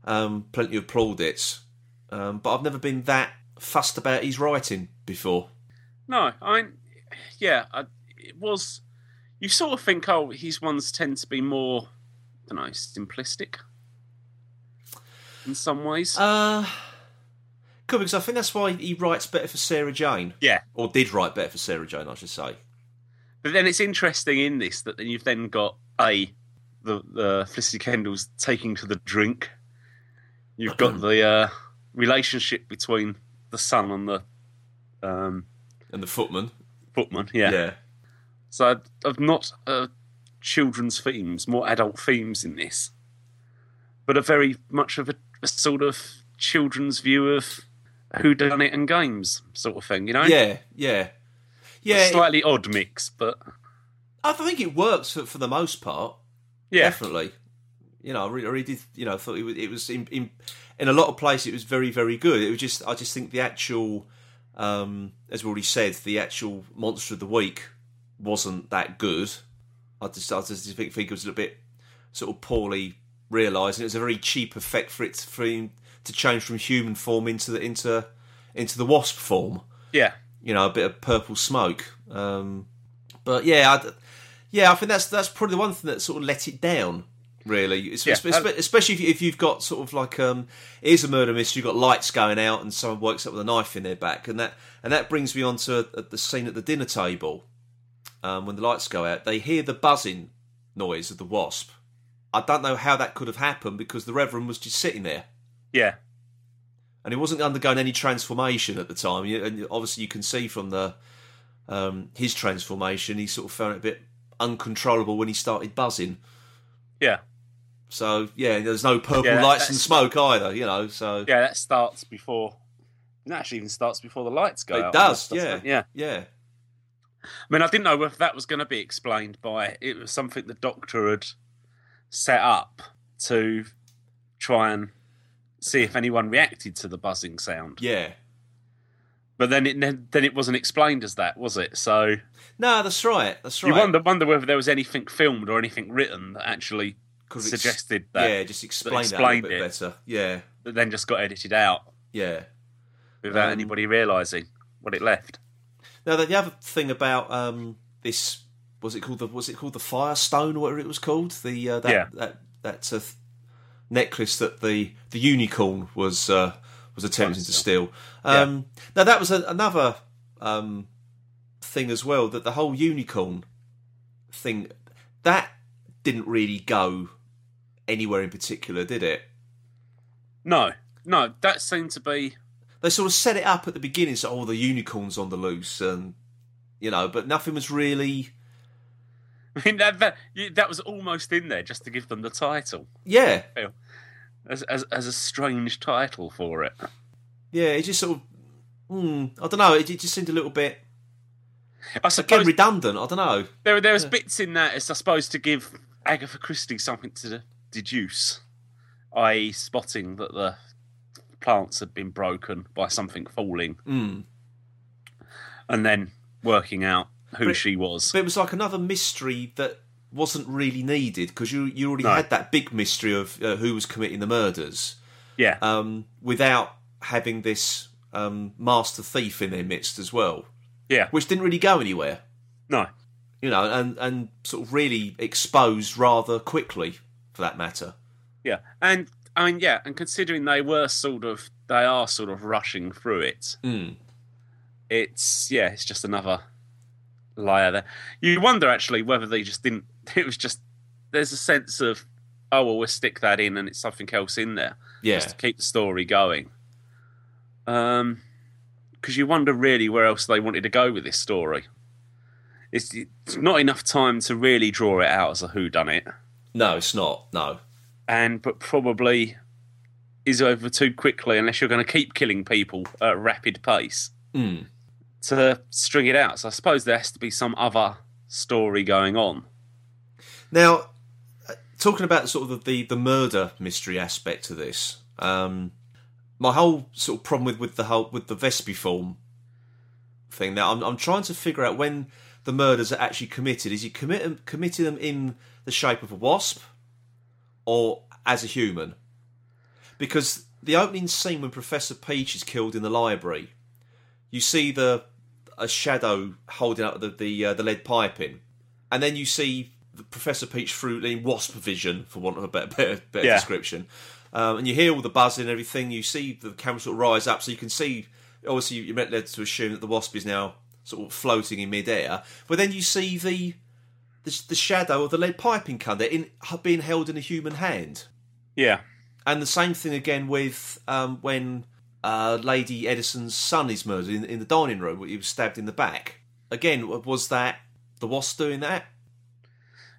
Speaker 1: um, plenty of plaudits, um, but I've never been that fussed about his writing before.
Speaker 2: No, I mean, yeah, I, it was. You sort of think, oh, his ones tend to be more, I don't know, simplistic in some ways.
Speaker 1: Uh, could because I think that's why he writes better for Sarah Jane,
Speaker 2: yeah,
Speaker 1: or did write better for Sarah Jane, I should say.
Speaker 2: but then it's interesting in this that then you've then got a the the Felicity Kendall's taking to the drink. You've got the uh, relationship between the son and the um,
Speaker 1: And the footman,
Speaker 2: footman. Yeah. So I'd- I've not uh, children's themes, more adult themes in this, but a very much of a, a sort of children's view of who done it and games sort of thing. You know,
Speaker 1: yeah, yeah, yeah.
Speaker 2: A
Speaker 1: it-
Speaker 2: slightly odd mix, but
Speaker 1: I think it works for, for the most part.
Speaker 2: yeah,
Speaker 1: Definitely. You know, I really, I really did. You know, thought it was. It was in, in in a lot of places. It was very, very good. It was just. I just think the actual, um, as we already said, the actual monster of the week wasn't that good. I just, I just think, think it was a little bit sort of poorly realised, and it was a very cheap effect for it to, for him to change from human form into the into into the wasp form
Speaker 2: yeah,
Speaker 1: you know, a bit of purple smoke. Um, but yeah, I, d- yeah, I think that's that's probably the one thing that sort of let it down. Really, it's,
Speaker 2: Yeah,
Speaker 1: it's- it's- especially if, you, if you've got sort of like um, it is a murder mystery. You've got lights going out, and someone wakes up with a knife in their back, and that and that brings me on to uh, the scene at the dinner table um, when the lights go out. They hear the buzzing noise of the wasp. I don't know how that could have happened because the Reverend was just sitting there
Speaker 2: yeah,
Speaker 1: and he wasn't undergoing any transformation at the time. You- And obviously, you can see from the um, his transformation, he sort of found it a bit uncontrollable when he started buzzing.
Speaker 2: yeah,
Speaker 1: So yeah, there's no purple
Speaker 2: Yeah,
Speaker 1: lights and
Speaker 2: that's-
Speaker 1: smoke either, you know. So
Speaker 2: yeah. That starts before. It actually even starts before the lights go
Speaker 1: it
Speaker 2: out.
Speaker 1: does,
Speaker 2: Doesn't
Speaker 1: yeah,
Speaker 2: it? yeah.
Speaker 1: yeah.
Speaker 2: I mean, I didn't know if that was going to be explained by it was something the doctor had set up to try and see if anyone reacted to the buzzing sound.
Speaker 1: yeah.
Speaker 2: But then it then it wasn't explained as that, was it? So
Speaker 1: No, that's right. That's right.
Speaker 2: you wonder wonder whether there was anything filmed or anything written that actually
Speaker 1: Could have ex-
Speaker 2: suggested that,
Speaker 1: Yeah, just explain that, a
Speaker 2: explained
Speaker 1: little bit
Speaker 2: it.
Speaker 1: better. Yeah,
Speaker 2: that then just got edited out
Speaker 1: yeah.
Speaker 2: without
Speaker 1: Um,
Speaker 2: anybody realizing what it left.
Speaker 1: Now the the other thing about um, this was it called the was it called the Firestone or whatever it was called the uh, that,
Speaker 2: Yeah.
Speaker 1: that that uh, th- necklace that the the unicorn was uh, was attempting to steal. Um, Now that was a, another um, thing as well that the whole unicorn thing that didn't really go anywhere in particular, did it?
Speaker 2: No, no, that seemed to be
Speaker 1: they sort of set it up at the beginning, so all the unicorns on the loose, and you know, but nothing was really.
Speaker 2: I mean, that, that you- that was almost in there just to give them the title
Speaker 1: Yeah,
Speaker 2: as as, as a strange title for it.
Speaker 1: yeah, it just sort of. Mm, I don't know. It, it just seemed a little bit
Speaker 2: I
Speaker 1: again
Speaker 2: suppose
Speaker 1: redundant. I don't know.
Speaker 2: there there was bits in that as I suppose to give Agatha Christie something to deduce, i.e., spotting that the plants had been broken by something falling,
Speaker 1: Mm.
Speaker 2: and then working out who
Speaker 1: But-
Speaker 2: she was.
Speaker 1: But it was like another mystery that wasn't really needed because you you already
Speaker 2: No.
Speaker 1: had that big mystery of uh, who was committing the murders
Speaker 2: yeah,
Speaker 1: um, without having this um, master thief in their midst as well,
Speaker 2: yeah,
Speaker 1: which didn't really go anywhere.
Speaker 2: no,
Speaker 1: you know, and and sort of really exposed rather quickly, for that matter.
Speaker 2: yeah, and I mean, yeah, and considering they were sort of they are sort of rushing through it,
Speaker 1: Mm.
Speaker 2: it's yeah, it's just another layer there. You wonder actually whether they just didn't. It was just there's a sense of oh well, we'll stick that in and it's something else in there
Speaker 1: Yeah,
Speaker 2: just to keep the story going. Um, because you wonder really where else they wanted to go with this story. It's, it's not enough time to really draw it out as a who done it,
Speaker 1: no, it's not. No,
Speaker 2: and but probably is over too quickly unless you're going to keep killing people at a rapid pace
Speaker 1: mm.
Speaker 2: to string it out. So I suppose there has to be some other story going on.
Speaker 1: Now, uh, talking about sort of the the, the murder mystery aspect to this, um, my whole sort of problem with, with the whole with the Vespiform thing. Now I'm I'm trying to figure out when the murders are actually committed. Is he commit um, committing them in the shape of a wasp or as a human? Because the opening scene when Professor Peach is killed in the library, you see the a shadow holding up the the, uh, the lead piping, and then you see the Professor Peach through in wasp vision, for want of a better better, better
Speaker 2: Yeah.
Speaker 1: description. Um, and you hear all the buzzing and everything. You see the camera sort of rise up, so you can see. Obviously, you're meant led to assume that the wasp is now sort of floating in midair, but then you see the the, the shadow of the lead piping cutter in being held in a human hand.
Speaker 2: Yeah.
Speaker 1: And the same thing again with um, when uh, Lady Edison's son is murdered in, in the dining room. where He was stabbed in the back. Again, w- was that the wasp doing that,
Speaker 2: I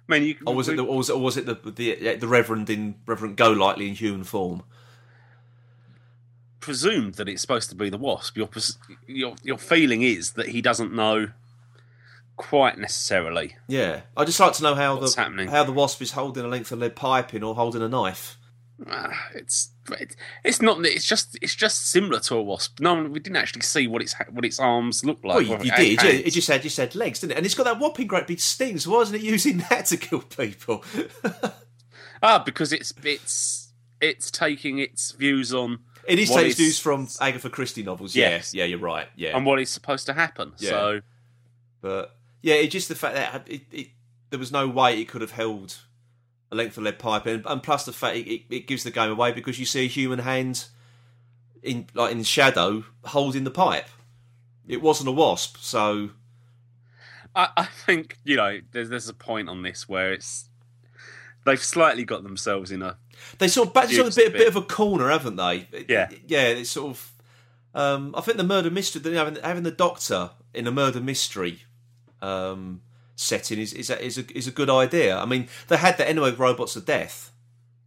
Speaker 2: mean, you,
Speaker 1: or Oh, was it,
Speaker 2: we-
Speaker 1: the, or was it, or was it the, the uh, the Reverend in Reverend Golightly in human form?
Speaker 2: presumed that it's supposed to be the wasp. Your pres- your your feeling is that he doesn't know quite necessarily.
Speaker 1: Yeah, I would just like to know how
Speaker 2: What's
Speaker 1: the
Speaker 2: happening?
Speaker 1: how the wasp is holding a length of lead piping or holding a knife.
Speaker 2: Ah, It's it- it's not. It's just it's just similar to a wasp. No, we didn't actually see what its ha- what its arms look like.
Speaker 1: Well, you,
Speaker 2: whether
Speaker 1: you
Speaker 2: it
Speaker 1: did.
Speaker 2: had
Speaker 1: Yeah,
Speaker 2: hands.
Speaker 1: it just had just had legs, didn't it? And it's got that whopping great big sting. So why isn't it using that to kill people?
Speaker 2: ah, because it's it's it's taking its views on
Speaker 1: it is
Speaker 2: what
Speaker 1: takes views from Agatha Christie novels.
Speaker 2: Yes.
Speaker 1: Yes, yeah, you're right. Yeah,
Speaker 2: and what is supposed to happen.
Speaker 1: Yeah.
Speaker 2: So
Speaker 1: But yeah, it just the fact that it, it there was no way it could have held a length of lead pipe, and, and plus the fact it, it, it gives the game away because you see a human hand in like in shadow holding the pipe. It wasn't a wasp, so
Speaker 2: I, I think you know there's there's a point on this where it's they've slightly got themselves in a
Speaker 1: they sort of backed on a
Speaker 2: Used
Speaker 1: bit,
Speaker 2: bit.
Speaker 1: bit of a corner, haven't they? It-
Speaker 2: Yeah.
Speaker 1: yeah. It's sort of. Um, I think the murder mystery, the- having, having the doctor in a murder mystery um, setting is is a, is a is a good idea. I mean, they had that anyway. with Robots of Death.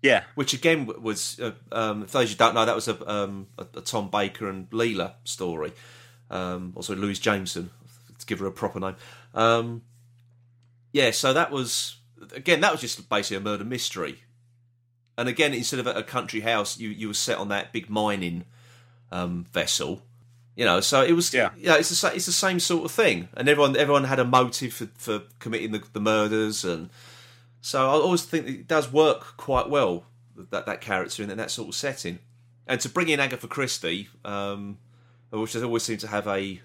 Speaker 2: yeah
Speaker 1: which again w- was uh, um, for those who don't know that was a, um, a, a Tom Baker and Leela story, um, also Louise Jameson to give her a proper name. Um, yeah, so that was again that was just basically a murder mystery, and again instead of a, a country house, you you were set on that big mining um, vessel. You know, so it was.
Speaker 2: Yeah.
Speaker 1: Yeah, it's the sa- it's the same sort of thing, and everyone everyone had a motive for, for committing the, the murders, and so I always think it does work quite well that that character in that sort of setting, and to bring in Agatha Christie, um, which has always seemed to have a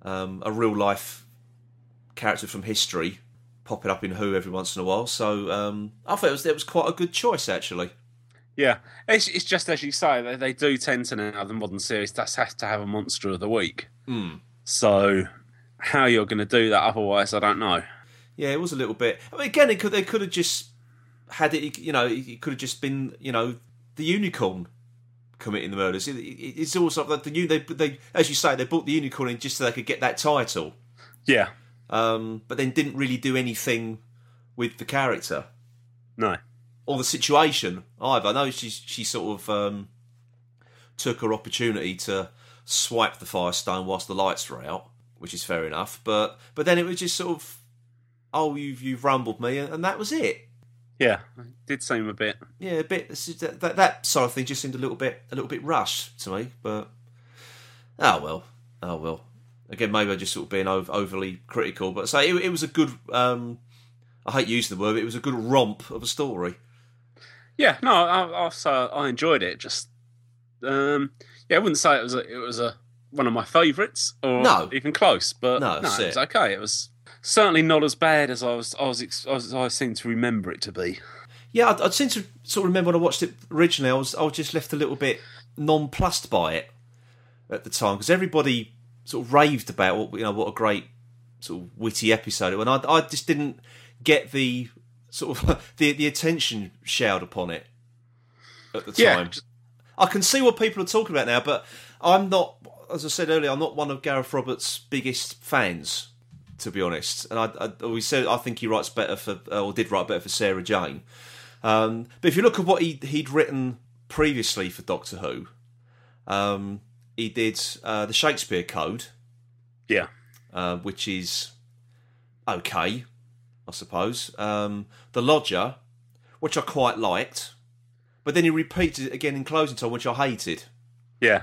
Speaker 1: um, a real life character from history popping up in Who every once in a while. So um, I thought it was it was quite a good choice actually.
Speaker 2: Yeah, it's it's just as you say they, they do tend to now the modern series that's have to have a monster of the week. So how you're going to do that otherwise, I don't know.
Speaker 1: Yeah, it was a little bit. I mean, again, it could they could have just had it. You know, it could have just been you know the unicorn committing the murders. It, it, it's all something that the u- they they as you say they bought the unicorn in just so they could get that title,
Speaker 2: Yeah,
Speaker 1: um, but then didn't really do anything with the character
Speaker 2: no,
Speaker 1: or the situation either. I know she she sort of um, took her opportunity to swipe the Firestone whilst the lights were out, which is fair enough. But but then it was just sort of, oh, you've you've rumbled me, and, and that was it.
Speaker 2: yeah, it did seem a bit.
Speaker 1: Yeah, a bit that, that that sort of thing just seemed a little bit a little bit rushed to me. But oh well, oh well. Again, maybe I just sort of being ov- overly critical, but say it, it was a good. Um, I hate using the word, but it was a good romp of a story.
Speaker 2: Yeah, no, I, I, also, I enjoyed it. Just um, yeah, I wouldn't say it was a, it was a one of my favourites or
Speaker 1: No.
Speaker 2: even close, but
Speaker 1: No,
Speaker 2: no,
Speaker 1: that's
Speaker 2: it was
Speaker 1: it.
Speaker 2: okay. It was certainly not as bad as I was I was ex- I, was, I seem to remember it to be.
Speaker 1: Yeah, I, I seem to sort of remember when I watched it originally. I was I was just left a little bit nonplussed by it at the time because everybody sort of raved about what you know what a great sort of witty episode, and I I just didn't get the sort of the the attention showered upon it at the
Speaker 2: Yeah,
Speaker 1: time. I can see what people are talking about now, but I'm not. As I said earlier, I'm not one of Gareth Roberts' biggest fans, to be honest. And I, I always said I think he writes better for, or did write better for Sarah Jane. Um, but if you look at what he he'd written previously for Doctor Who, um, he did uh, the Shakespeare Code,
Speaker 2: yeah,
Speaker 1: uh, which is okay, I suppose. Um, the Lodger, which I quite liked, but then he repeated it again in Closing Time, which I hated.
Speaker 2: Yeah.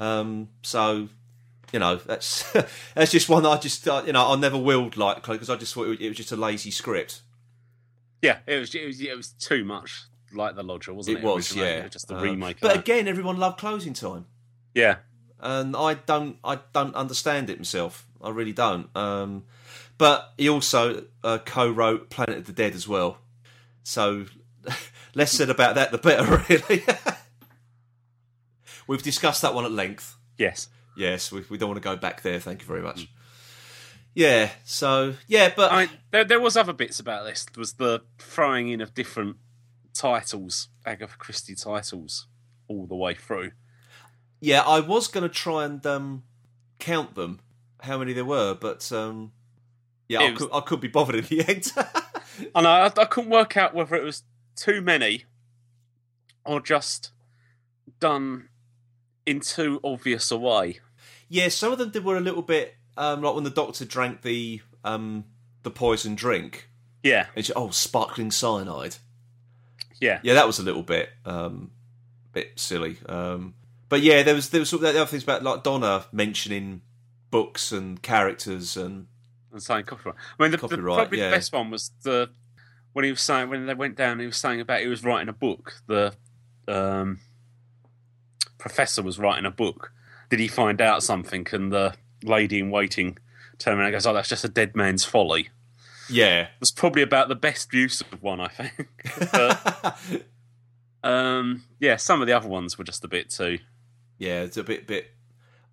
Speaker 1: Um, so, you know, that's that's just one I just uh, you know I never willed like because I just thought it was, it was just a lazy script.
Speaker 2: Yeah, it was it was, it was too much like the Lodger, wasn't it?
Speaker 1: It was,
Speaker 2: originally?
Speaker 1: yeah,
Speaker 2: It was just the
Speaker 1: Uh,
Speaker 2: remake.
Speaker 1: But
Speaker 2: of that.
Speaker 1: again, everyone loved closing time,
Speaker 2: yeah,
Speaker 1: and I don't I don't understand it myself. I really don't. Um, but he also uh, co-wrote Planet of the Dead as well, so less said about that, the better. Really, we've discussed that one at length.
Speaker 2: yes,
Speaker 1: Yes, we, we don't want to go back there. Thank you very much. Yeah. So yeah, but
Speaker 2: I mean, there, there was other bits about this. There was the throwing in of different titles, Agatha Christie titles, all the way through.
Speaker 1: yeah, I was going to try and um, count them, how many there were, but um, yeah, I,
Speaker 2: It was-
Speaker 1: could, I could be bothered in the end.
Speaker 2: And I, I couldn't work out whether it was too many or just done in too obvious a way.
Speaker 1: yeah, some of them did were a little bit um, like when the doctor drank the um, the poison drink.
Speaker 2: Yeah,
Speaker 1: And she, oh, sparkling cyanide.
Speaker 2: yeah,
Speaker 1: Yeah, that was a little bit um, bit silly. Um, but yeah, there was there was sort of the other things about like Donna mentioning books and characters and
Speaker 2: and saying copyright. I mean, the, the
Speaker 1: Copyright,
Speaker 2: probably
Speaker 1: yeah.
Speaker 2: the best one was the when he was saying when they went down, he was saying about he was writing a book. The um, professor was writing a book. Did he find out something? And the lady in waiting turned around and goes, "Oh, that's just a dead man's folly."
Speaker 1: yeah,
Speaker 2: That's probably about the best use of one, I think. But, um, yeah, some of the other ones were just a bit too.
Speaker 1: yeah, it's a bit bit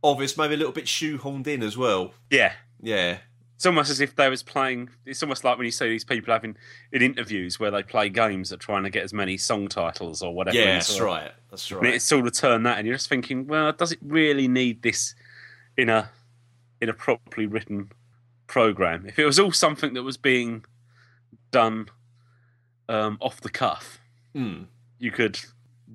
Speaker 1: obvious, maybe a little bit shoehorned in as well.
Speaker 2: Yeah,
Speaker 1: Yeah,
Speaker 2: it's almost as if they was playing. It's almost like when you see these people having in interviews where they play games at trying to get as many song titles or whatever.
Speaker 1: yeah,
Speaker 2: and
Speaker 1: that's
Speaker 2: sort of-
Speaker 1: right, that's
Speaker 2: And
Speaker 1: right.
Speaker 2: it's sort of turn that, and you're just thinking, well, does it really need this in a in a properly written program? If it was all something that was being done um, off the cuff,
Speaker 1: Mm.
Speaker 2: you could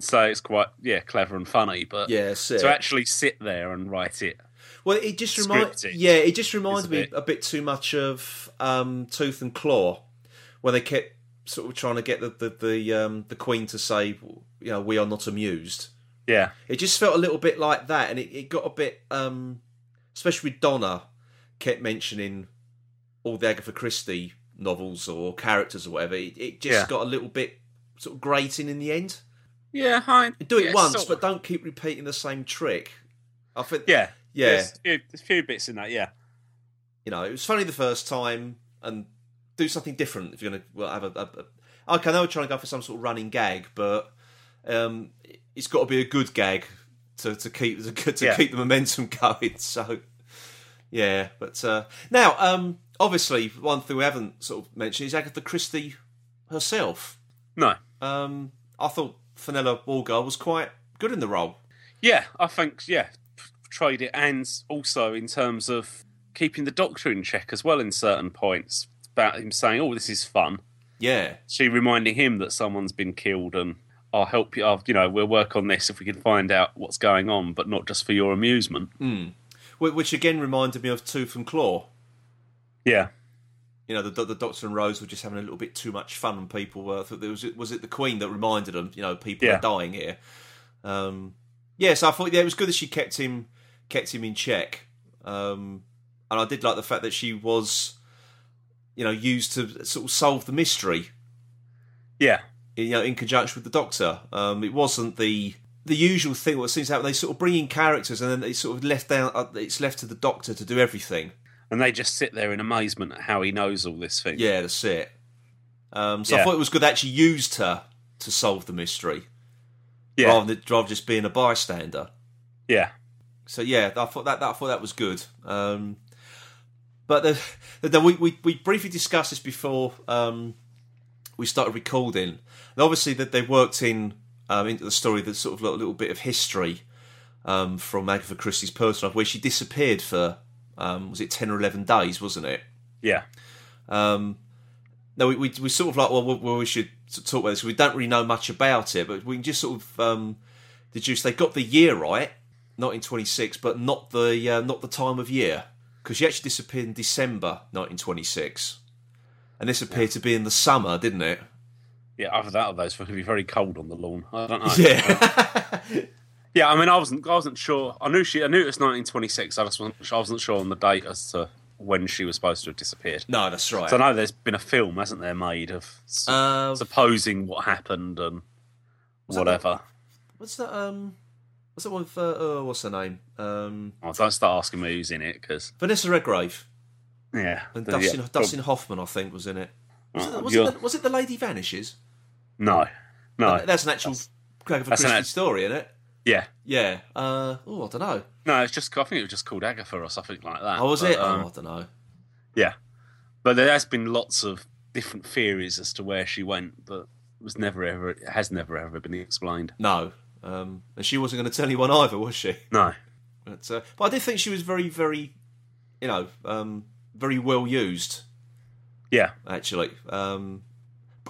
Speaker 2: say it's quite yeah clever and funny, but
Speaker 1: Yeah, that's it.
Speaker 2: to actually sit there and write it,
Speaker 1: well, it just reminds
Speaker 2: scripted
Speaker 1: yeah, it just reminds
Speaker 2: is a
Speaker 1: me
Speaker 2: bit-
Speaker 1: a bit too much of um, Tooth and Claw, where they kept sort of trying to get the the the, um, the Queen to say, you know, we are not amused.
Speaker 2: yeah,
Speaker 1: It just felt a little bit like that, and it, it got a bit, um, especially with Donna, kept mentioning all the Agatha Christie novels or characters or whatever. It, it just
Speaker 2: Yeah.
Speaker 1: got a little bit sort of grating in the end.
Speaker 2: yeah, I,
Speaker 1: Do it
Speaker 2: yeah,
Speaker 1: once,
Speaker 2: sort of.
Speaker 1: but don't keep repeating the same trick. I think,
Speaker 2: yeah,
Speaker 1: Yeah.
Speaker 2: There's a few, there's a few bits in that, yeah.
Speaker 1: you know, it was funny the first time, and do something different if you're gonna well, have a, a, a. Okay, I know we're trying to go for some sort of running gag, but um, it's got to be a good gag to, to keep to, to
Speaker 2: Yeah.
Speaker 1: keep the momentum going. So, yeah, but uh, now, um, obviously, one thing we haven't sort of mentioned is Agatha Christie herself.
Speaker 2: No,
Speaker 1: Um, I thought Fenella Walgar was quite good in the role.
Speaker 2: yeah, I think yeah, p- trade it, and also in terms of keeping the Doctor in check as well in certain points about him saying, "Oh, this is fun."
Speaker 1: Yeah,
Speaker 2: She reminding him that someone's been killed and. I'll help you. I'll, you know, we'll work on this if we can find out what's going on, but not just for your amusement.
Speaker 1: Wh- which again reminded me of Tooth and Claw.
Speaker 2: Yeah,
Speaker 1: you know, the, the, the Doctor and Rose were just having a little bit too much fun, and people were. I thought there was it was it the Queen that reminded them, you know, people
Speaker 2: Yeah.
Speaker 1: are dying here. Um, yeah, so I thought yeah, it was good that she kept him kept him in check, um, and I did like the fact that she was, you know, used to sort of solve the mystery,
Speaker 2: yeah,
Speaker 1: you know, in conjunction with the Doctor. Um, it wasn't the the usual thing what seems to happen. They sort of bring in characters, and then they sort of left down. uh, It's left to the Doctor to do everything.
Speaker 2: and they just sit there in amazement at how he knows all this thing.
Speaker 1: Yeah, that's it. Um, so I
Speaker 2: Yeah.
Speaker 1: thought it was good they actually used her to solve the mystery
Speaker 2: yeah,
Speaker 1: rather than rather just being a bystander.
Speaker 2: yeah.
Speaker 1: So yeah, I thought that, that I thought that was good. Um, but the, the, the- we, we we briefly discussed this before um, we started recording. And obviously, that they worked in um, into the story that sort of little, little bit of history um, from Agatha Christie's personal life, where she disappeared for um, was it ten or eleven days, wasn't it?
Speaker 2: yeah.
Speaker 1: Um, no, we, we we sort of like well, we, well, we should s- talk about this. We don't really know much about it, but we can just sort of um, deduce they got the year right, not in twenty six, but not the uh, not the time of year because she actually disappeared in December nineteen twenty six, and this appeared to be in the summer, didn't it?
Speaker 2: Yeah, either that or those going to be very cold on the lawn. I don't know.
Speaker 1: Yeah,
Speaker 2: Yeah, I mean, I wasn't, I wasn't sure. I knew she, I knew it was 1926. I just wasn't, sure- I wasn't sure on the date as to when she was supposed to have disappeared.
Speaker 1: No, that's right.
Speaker 2: So I know there's been a film, hasn't there, made of s-
Speaker 1: Uh,
Speaker 2: supposing what happened and
Speaker 1: that
Speaker 2: whatever.
Speaker 1: What's that? Um, what's that one for? Uh, what's her name? Um,
Speaker 2: Oh, don't start asking me who's in it because
Speaker 1: Vanessa Redgrave
Speaker 2: yeah,
Speaker 1: and
Speaker 2: But, yeah,
Speaker 1: Dustin,
Speaker 2: prob-
Speaker 1: Dustin Hoffman, I think, was in it. Was,
Speaker 2: Oh,
Speaker 1: it, was,
Speaker 2: you're-
Speaker 1: it, the, was it the Lady Vanishes?
Speaker 2: no, no,
Speaker 1: that's an actual Agatha
Speaker 2: that's
Speaker 1: Christie
Speaker 2: an act-
Speaker 1: story, isn't it?
Speaker 2: yeah,
Speaker 1: Yeah. Uh, oh, I don't know.
Speaker 2: no. It's just I think it was just called Agatha or something like that.
Speaker 1: Oh, was
Speaker 2: But,
Speaker 1: it?
Speaker 2: um,
Speaker 1: oh, I don't know.
Speaker 2: Yeah, but there has been lots of different theories as to where she went, but was never ever has never ever been explained.
Speaker 1: No. Um, and she wasn't going to tell anyone either, was she?
Speaker 2: No,
Speaker 1: But, uh, but I did think she was very, very, you know, um, very well used.
Speaker 2: yeah,
Speaker 1: Actually, um,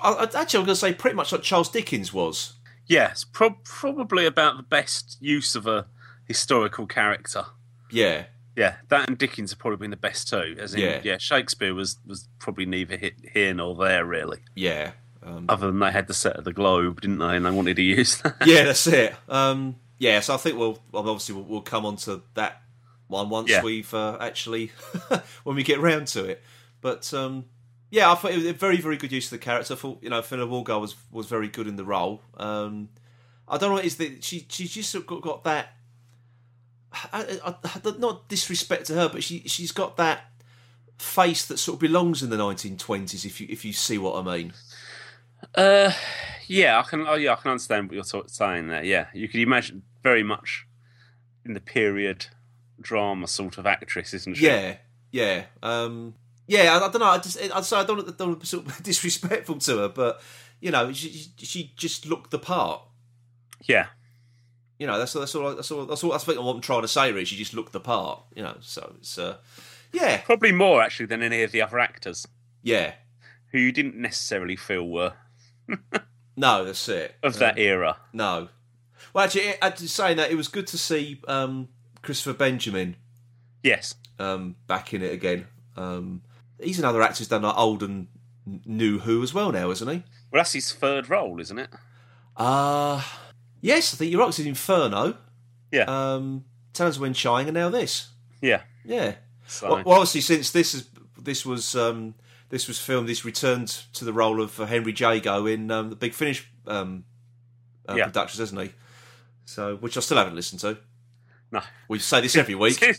Speaker 1: I, I- actually, I'm going to say pretty much like Charles Dickens was.
Speaker 2: yeah. It's prob- probably about the best use of a historical character.
Speaker 1: Yeah.
Speaker 2: Yeah, that and Dickens have probably been the best two. As in,
Speaker 1: Yeah.
Speaker 2: yeah, Shakespeare was was probably neither hit here nor there really.
Speaker 1: Yeah. Um,
Speaker 2: Other than they had the set of the globe, didn't they? And they wanted to use that.
Speaker 1: yeah, that's it. Um, yeah, so I think we'll well, obviously we'll, we'll come on to that one once
Speaker 2: Yeah.
Speaker 1: we've uh, actually when we get round to it. But um, yeah, I thought it was a very very good use of the character. I thought you know Fionn Walgar was was very good in the role. Um, I don't know what it is that she she's just sort of got, got that. I, I, I- not disrespect to her, but she she's got that face that sort of belongs in the 1920s. If you if you see what I mean.
Speaker 2: Uh, yeah, I can. Oh, yeah, I can understand what you're sort of saying there. Yeah, you could imagine very much in the period drama sort of actress, isn't she?
Speaker 1: Yeah, yeah, um, yeah. I, I don't know. I just, I, so I don't, I don't wanna be sort of disrespectful to her, but you know, she, she- she just looked the part.
Speaker 2: yeah,
Speaker 1: You know, that's that's all. I- That's all. That's all. That's what I'm trying to say. Really, she just looked the part. You know, so it's uh, yeah,
Speaker 2: probably more actually than any of the other actors
Speaker 1: yeah.
Speaker 2: who you didn't necessarily feel were
Speaker 1: No, that's it.
Speaker 2: of that era.
Speaker 1: No. Well, actually, it- actually saying that, it was good to see um, Christopher Benjamin
Speaker 2: Yes,
Speaker 1: um, back in it again. Um, he's another actor who's done like old and n- new Who as well now, isn't he?
Speaker 2: well, that's his third role, isn't it?
Speaker 1: Uh yes, I think you're right. 'cause it's Inferno.
Speaker 2: Yeah.
Speaker 1: Um, Towns When Shying, and now this.
Speaker 2: Yeah.
Speaker 1: Yeah.
Speaker 2: So
Speaker 1: Well, well, obviously, since this is this was um, this was filmed, this returned to the role of uh, Henry Jago in um, the Big Finish um, uh,
Speaker 2: Yeah.
Speaker 1: productions, hasn't he? So, which I still haven't listened to.
Speaker 2: no.
Speaker 1: We say this every week.
Speaker 2: and,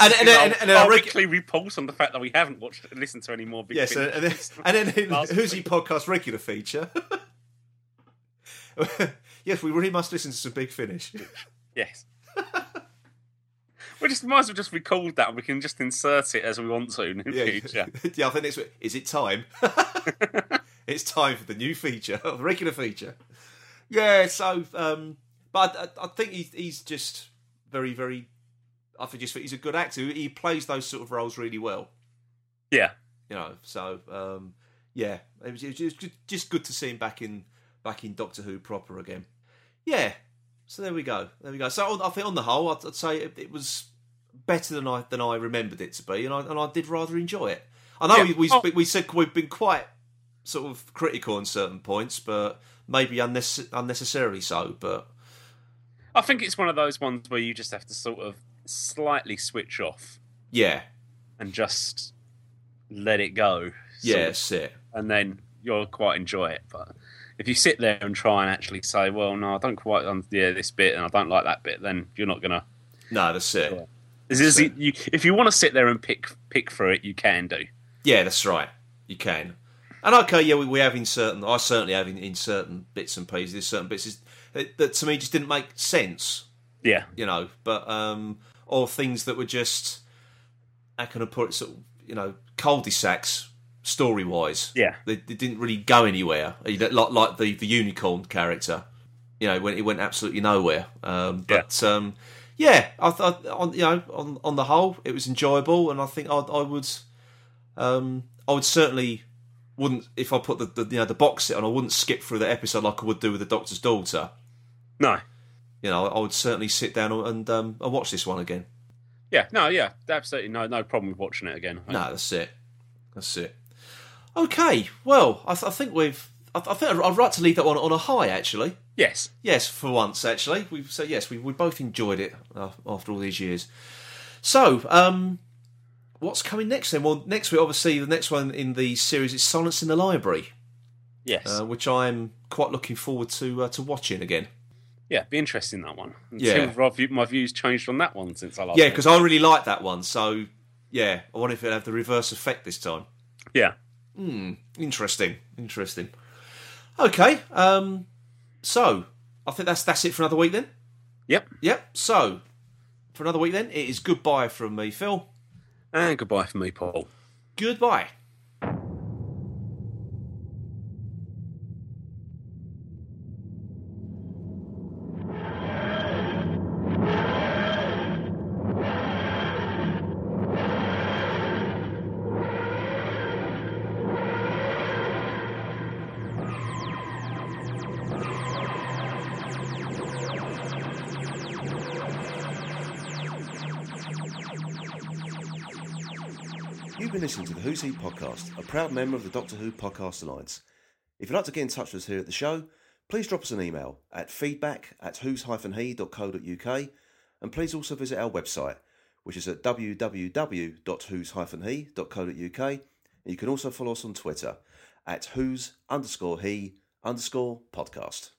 Speaker 1: and- and- and I
Speaker 2: our
Speaker 1: reg-
Speaker 2: weekly report on the fact that we haven't watched listened to any more big
Speaker 1: Yes,
Speaker 2: Finish.
Speaker 1: and, and then, and then in
Speaker 2: Last
Speaker 1: who's he
Speaker 2: week.
Speaker 1: podcast regular feature? yes, we really must listen to some Big Finish.
Speaker 2: Yes. we just might as well just record that and we can just insert it as we want to in the future.
Speaker 1: yeah, I think next week. Is it time? it's time for the new feature, the regular feature. Yeah, so, um, but I, I think he, he's just very, very. I think just he's a good actor. He plays those sort of roles really well,
Speaker 2: Yeah.
Speaker 1: you know. So, um, yeah, it was, it was just, just good to see him back in back in Doctor Who proper again. Yeah, so there we go, there we go. So on, I think on the whole, I'd, I'd say it, it was better than I than I remembered it to be, and I and I did rather enjoy it. I know
Speaker 2: Yeah.
Speaker 1: we we,
Speaker 2: Oh.
Speaker 1: we said we've been quite sort of critical on certain points, but maybe unnecess- unnecessarily so. But
Speaker 2: I think it's one of those ones where you just have to sort of slightly switch off
Speaker 1: yeah,
Speaker 2: and just let it go.
Speaker 1: yeah,
Speaker 2: sort of,
Speaker 1: that's it.
Speaker 2: and then you'll quite enjoy it. But if you sit there and try and actually say, well, no, I don't quite um, yeah, this bit and I don't like that bit, then you're not going to.
Speaker 1: No, that's it.
Speaker 2: Yeah. This is, you, if you want to sit there and pick pick through it, you can do.
Speaker 1: Yeah, that's right. You can. And okay, yeah, we, we have in certain. I certainly have in, in certain bits and pieces. There's certain bits is, that, that to me just didn't make sense,
Speaker 2: Yeah.
Speaker 1: you know. But um, or things that were just, how can I put it, sort of, you know, cul-de-sacs story wise.
Speaker 2: Yeah.
Speaker 1: they, they didn't really go anywhere. Like like the the unicorn character, you know, when it went absolutely nowhere. Um, but yeah, um, yeah I, th- I on you know on on the whole, it was enjoyable, and I think I I would, um, I would certainly wouldn't if I put the, the you know the box set on, I wouldn't skip through the episode like I would do with the Doctor's Daughter.
Speaker 2: No.
Speaker 1: You know, I would certainly sit down and um, and watch this one again.
Speaker 2: Yeah, no, yeah, absolutely no, no problem with watching it again.
Speaker 1: No, that's it. That's it. Okay, well, I, th- I think we've. I, th- I think I'd, I'd right to leave that one on a high, actually.
Speaker 2: Yes.
Speaker 1: Yes, for once actually. We so yes, we, we both enjoyed it uh, after all these years. So, um, what's coming next then? Well, next week, obviously, the next one in the series is Silence in the Library,
Speaker 2: Yes.
Speaker 1: uh, which I'm quite looking forward to uh, to watching again.
Speaker 2: yeah, be interesting that one. And
Speaker 1: Yeah.
Speaker 2: see if I've- my views changed on that one since I last.
Speaker 1: Yeah,
Speaker 2: watched
Speaker 1: because I really like that one. So, yeah, I wonder if it'll have the reverse effect this time.
Speaker 2: it. yeah,
Speaker 1: Interesting, interesting. Okay, um, so I think that's that's it for another week then.
Speaker 2: yep.
Speaker 1: Yep. So for another week then, it is goodbye from me, Phil.
Speaker 2: And goodbye for me, Paul.
Speaker 1: Goodbye.
Speaker 5: You've been listening to the Who's He podcast, a proud member of the Doctor Who Podcast Alliance. If you'd like to get in touch with us here at the show, please drop us an email at feedback at whos-he.co.uk and please also visit our website, which is at www.whos-he.co.uk. And you can also follow us on Twitter at whos underscore he underscore podcast.